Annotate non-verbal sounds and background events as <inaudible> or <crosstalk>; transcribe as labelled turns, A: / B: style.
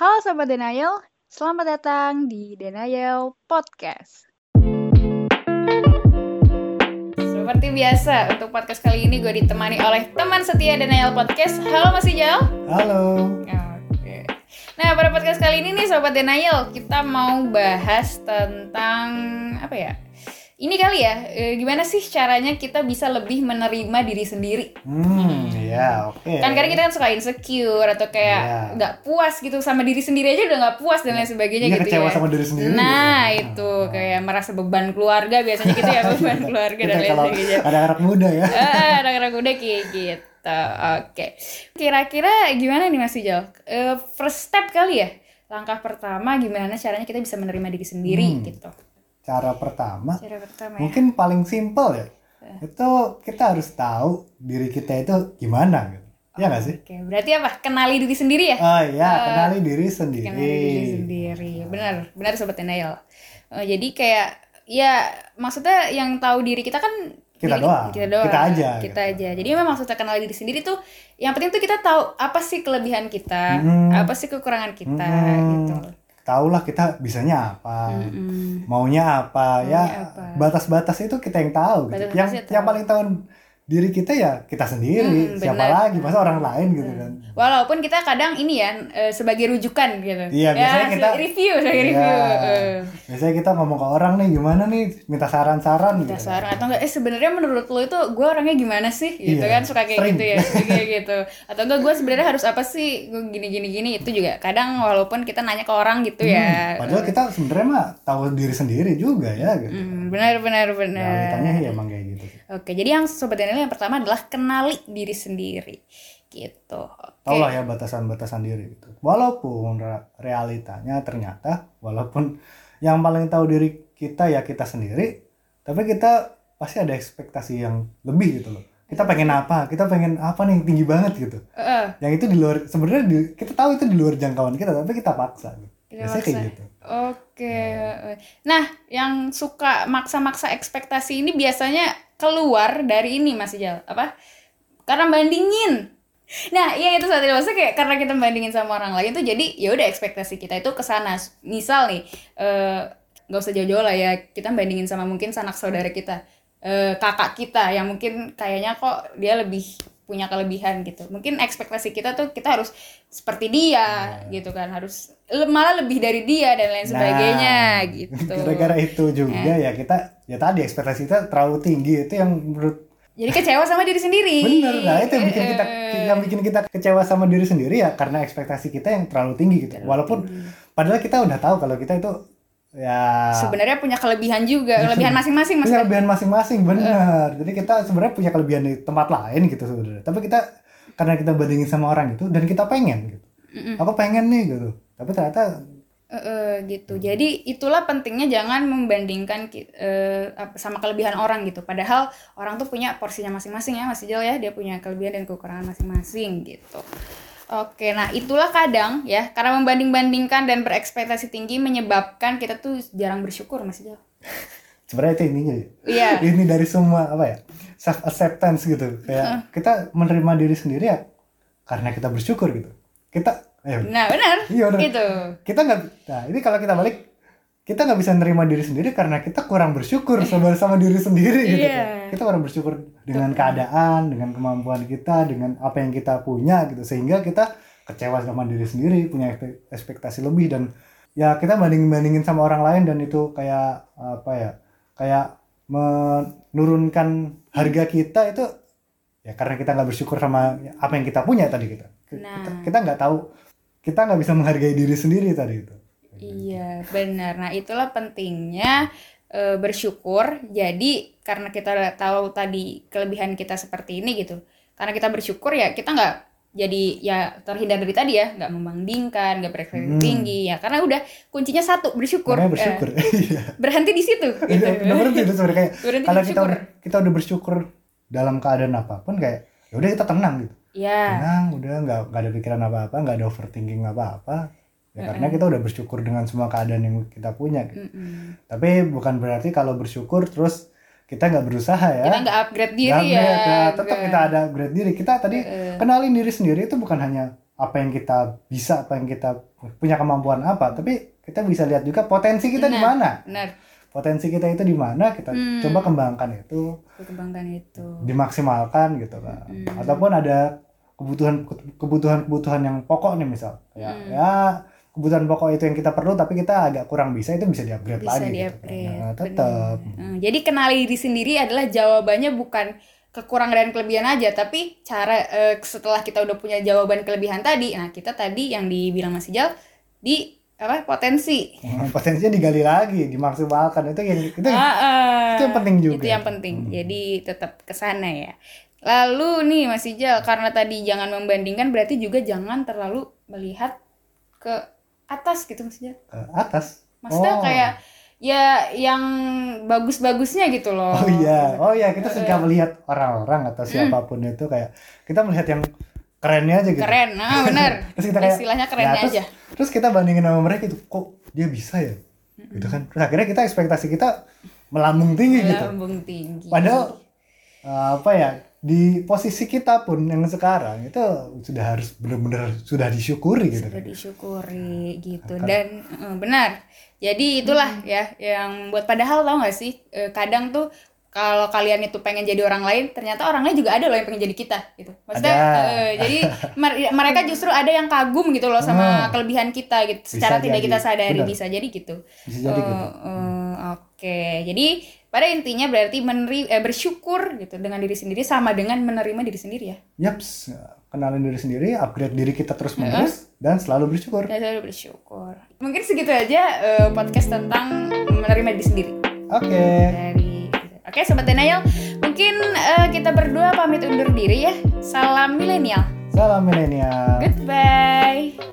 A: Halo Sobat Denial, selamat datang di Denial Podcast.
B: Seperti biasa, untuk podcast kali ini gue ditemani oleh teman setia Denial Podcast. Halo Mas Ijal.
C: Halo.
B: Oke. Nah, pada podcast kali ini nih Sobat Denial, kita mau bahas tentang apa ya? Ini kali ya, eh, gimana sih caranya kita bisa lebih menerima diri sendiri?
C: Hmm, ya, oke.
B: Kan kadang kita kan suka insecure atau
C: Iya.
B: kayak nggak puas gitu sama diri sendiri aja udah nggak puas dan lain sebagainya
C: Iya,
B: gitu
C: kecewa
B: ya.
C: sama diri sendiri
B: Nah,
C: gitu.
B: itu kayak merasa beban keluarga biasanya gitu
C: <laughs>
B: ya, beban keluarga
C: Kita
B: dan lain
C: kalau
B: sebagainya.
C: ada anak muda
B: <laughs>
C: ya.
B: Ah, anak-anak muda kayak gitu. Oke. Kira-kira gimana nih Mas Ijal? Eh, first step kali ya? Langkah pertama gimana caranya kita bisa menerima diri sendiri
C: Hmm.
B: gitu.
C: Cara pertama,
B: Cara pertama ya. Iya.
C: mungkin paling simpel ya. Itu kita harus tahu diri kita itu gimana gitu. Ya nggak sih?
B: Oke, berarti apa? Kenali diri sendiri ya?
C: Oh iya,
B: Eh,
C: kenali diri sendiri. Hmm.
B: Kenali diri sendiri. Benar, benar sobat Nail. Eh, jadi kayak ya maksudnya yang tahu diri kita kan diri-
C: Kita doang.
B: kita doang,
C: Kita aja,
B: kita
C: gitu.
B: aja. Jadi memang maksudnya kenal diri sendiri tuh yang penting tuh kita tahu apa sih kelebihan kita,
C: Hmm.
B: apa sih kekurangan kita
C: Hmm.
B: gitu.
C: Taulah kita bisanya apa.
B: Mm-mm.
C: Maunya
B: Maunya
C: apa ya?
B: apa.
C: Batas-batas itu kita yang tahu gitu.
B: Batas-batas
C: Yang
B: kita tahu.
C: yang paling tahu diri kita ya kita sendiri.
B: Hmm,
C: Siapa
B: benar. Hmm,
C: lagi? Masa orang lain gitu kan.
B: Walaupun kita kadang ini ya eh, sebagai rujukan gitu.
C: Iya, biasanya
B: Ya,
C: kita-
B: review, sebagai
C: Iya.
B: review. eh.
C: Biasanya kita ngomong ke orang nih gimana nih minta saran-saran
B: Kita
C: gitu.
B: seorang atau enggak eh sebenarnya menurut lo itu gue orangnya gimana sih gitu kan
C: Iya,
B: suka kayak
C: sering.
B: gitu ya suka
C: <laughs>
B: kayak gitu atau enggak gue sebenarnya harus apa sih gue gini gini gini itu juga kadang walaupun kita nanya ke orang gitu ya
C: Hmm, padahal kita sebenarnya mah tahu diri sendiri juga ya gitu.
B: Hmm, benar benar
C: Nah,
B: benar
C: ditanya ya emang kayak gitu.
B: oke jadi yang sobat Daniel yang pertama adalah kenali diri sendiri gitu oke
C: Tau lah ya batasan-batasan diri gitu. Walaupun ra- realitanya ternyata walaupun yang paling tahu diri kita ya kita sendiri, tapi kita pasti ada ekspektasi yang lebih gitu loh. Kita pengen apa? Kita pengen apa nih tinggi banget gitu.
B: Heeh.
C: Yang itu di luar sebenarnya di- kita tahu itu di luar jangkauan kita tapi kita paksa gitu.
B: Kita
C: Biasanya kayak
B: paksa.
C: gitu.
B: Oke. heeh. Nah, yang suka maksa-maksa ekspektasi ini biasanya keluar dari ini Mas Ijal. Apa? Karena bandingin. Nah, iya itu saat itu maksudnya kayak karena kita bandingin sama orang lain tuh jadi ya udah ekspektasi kita itu ke sana. Misal nih, eh, nggak usah jauh-jauh lah ya, kita bandingin sama mungkin sanak saudara kita, Eh, kakak kita yang mungkin kayaknya kok dia lebih punya kelebihan gitu. Mungkin ekspektasi kita tuh kita harus seperti dia gitu kan, harus le- malah lebih dari dia dan lain
C: Nah,
B: sebagainya gitu.
C: Gara-gara itu juga ya kita ya tadi ekspektasi kita terlalu tinggi itu yang menurut
B: Jadi kecewa sama diri sendiri.
C: bener lah itu yang bikin kita
B: Eh,
C: yang bikin kita kecewa sama diri sendiri ya karena ekspektasi kita yang terlalu tinggi gitu. Walaupun padahal kita udah tahu kalau kita itu ya
B: sebenarnya punya kelebihan
C: <laughs>
B: juga, kelebihan masing-masing
C: punya
B: maksudnya.
C: kelebihan masing-masing bener. Jadi kita sebenarnya punya kelebihan di tempat lain gitu sebenarnya. Tapi kita karena kita bandingin sama orang itu dan kita pengen gitu. Aku pengen nih gitu. Tapi ternyata
B: Eh, eh, gitu. Jadi itulah pentingnya jangan membandingkan ki- eh, apa- sama kelebihan orang gitu. Padahal orang tuh punya porsinya masing-masing ya, Mas Ijal ya, dia punya kelebihan dan kekurangan masing-masing gitu. Oke, nah itulah kadang ya, karena membanding-bandingkan dan berekspektasi tinggi menyebabkan kita tuh jarang bersyukur, Mas Ijal.
C: sebenarnya itu intinya ya.
B: Iya.
C: <laughs> ini dari semua apa ya self acceptance gitu kayak kita menerima diri sendiri ya karena kita bersyukur gitu kita eh,
B: Nah, benar.
C: Iya, benar.
B: Gitu.
C: kita nggak nah ini kalau kita balik kita nggak bisa nerima diri sendiri karena kita kurang bersyukur sama sama diri sendiri gitu
B: Iya.
C: kan. kita kurang bersyukur dengan keadaan dengan kemampuan kita dengan apa yang kita punya gitu sehingga kita kecewa sama diri sendiri punya ekspe- ekspektasi lebih dan ya kita banding bandingin sama orang lain dan itu kayak apa ya kayak menurunkan harga kita itu ya karena kita nggak bersyukur sama apa yang kita punya tadi kita Kita-
B: Nah.
C: kita nggak tahu kita nggak bisa menghargai diri sendiri tadi itu
B: Iya, benar. Nah, itulah pentingnya eh, bersyukur. Jadi, karena kita udah tahu tadi kelebihan kita seperti ini gitu. Karena kita bersyukur ya, kita nggak jadi ya terhindar dari tadi ya, nggak membandingkan, nggak berekspektasi
C: Hmm.
B: tinggi ya. Karena udah kuncinya satu, bersyukur.
C: Makanya
B: Eh,
C: bersyukur
B: <laughs>
C: iya
B: berhenti di situ gitu.
C: Iya, udah berhenti itu sebenarnya kayak
B: <laughs> Berhenti
C: kalau kita
B: bersyukur.
C: udah, kita udah bersyukur dalam keadaan apapun kayak ya udah kita tenang gitu
B: Iya.
C: tenang udah nggak nggak ada pikiran apa apa nggak ada overthinking apa apa ya karena kita udah bersyukur dengan semua keadaan yang kita punya gitu.
B: Mm-mm.
C: tapi bukan berarti kalau bersyukur terus kita nggak berusaha ya
B: Kita nggak upgrade diri
C: Upgrade,
B: ya. Eh,
C: tetap kita ada upgrade diri kita tadi kenalin diri sendiri itu bukan hanya apa yang kita bisa apa yang kita punya kemampuan apa tapi kita bisa lihat juga potensi kita di
B: Benar.
C: mana
B: benar
C: potensi kita itu di mana kita
B: Hmm.
C: coba kembangkan itu
B: perkembangkan itu
C: dimaksimalkan gitu kan
B: Mm.
C: ataupun ada kebutuhan kebutuhan kebutuhan yang pokok nih misal ya
B: Mm.
C: ya kebutuhan pokok itu yang kita perlu tapi kita agak kurang bisa itu bisa diupgrade
B: bisa
C: lagi gitu kan.
B: di-upgrade,
C: Ya, tetap
B: benar. Hmm, jadi kenali diri sendiri adalah jawabannya bukan kekurangan dan kelebihan aja tapi cara eh, setelah kita udah punya jawaban kelebihan tadi nah kita tadi yang dibilang Mas Ijal di apa potensi
C: potensinya digali lagi dimaksimalkan itu yang itu
B: Ah, ah.
C: itu yang penting juga.
B: Itu yang penting.
C: Hmm.
B: Jadi tetap ke sana ya. Lalu nih Mas Ijal, karena tadi jangan membandingkan berarti juga jangan terlalu melihat ke atas gitu Mas Ijal.
C: ke atas
B: Maksudnya
C: Oh.
B: kayak ya yang bagus-bagusnya gitu loh.
C: oh iya oh iya kita suka
B: Eh. Hmm.
C: melihat orang-orang atau siapapun itu kayak kita melihat yang kerennya aja gitu
B: Keren. Nah, bener.
C: <laughs> Terus kita kayak,
B: Istilahnya keren
C: ya, terus-
B: aja.
C: terus kita bandingin sama mereka itu kok dia bisa ya
B: Hmm.
C: gitu kan terus akhirnya kita ekspektasi kita melambung tinggi gitu
B: Lambung tinggi.
C: Padahal eh, apa ya di posisi kita pun yang sekarang itu sudah harus benar-benar sudah disyukuri gitu
B: sudah
C: kan.
B: Iya, disyukuri gitu
C: Karena-
B: dan eh, benar jadi
C: Hmm.
B: itulah ya yang buat padahal tau gak sih eh, kadang tuh kalau kalian itu pengen jadi orang lain ternyata orang lain juga ada loh yang pengen jadi kita gitu maksudnya
C: Ada.
B: eh, jadi mer- mereka justru ada yang kagum gitu loh sama
C: Hmm.
B: kelebihan kita gitu secara
C: Bisa
B: tidak
C: jadi.
B: kita sadari
C: Benar.
B: bisa jadi gitu
C: Bisa jadi
B: Oh,
C: gitu.
B: oh, Oke, jadi pada intinya berarti meneri- eh, bersyukur gitu dengan diri sendiri sama dengan menerima diri sendiri ya.
C: Yaps, kenalin diri sendiri, upgrade diri kita terus-menerus dan selalu bersyukur.
B: Dan selalu bersyukur. Mungkin segitu aja eh, podcast tentang menerima diri sendiri.
C: Oke.
B: Dari Oke, sobat Denial, mungkin eh, kita berdua pamit undur diri ya. Salam milenial.
C: Salam milenial.
B: Goodbye.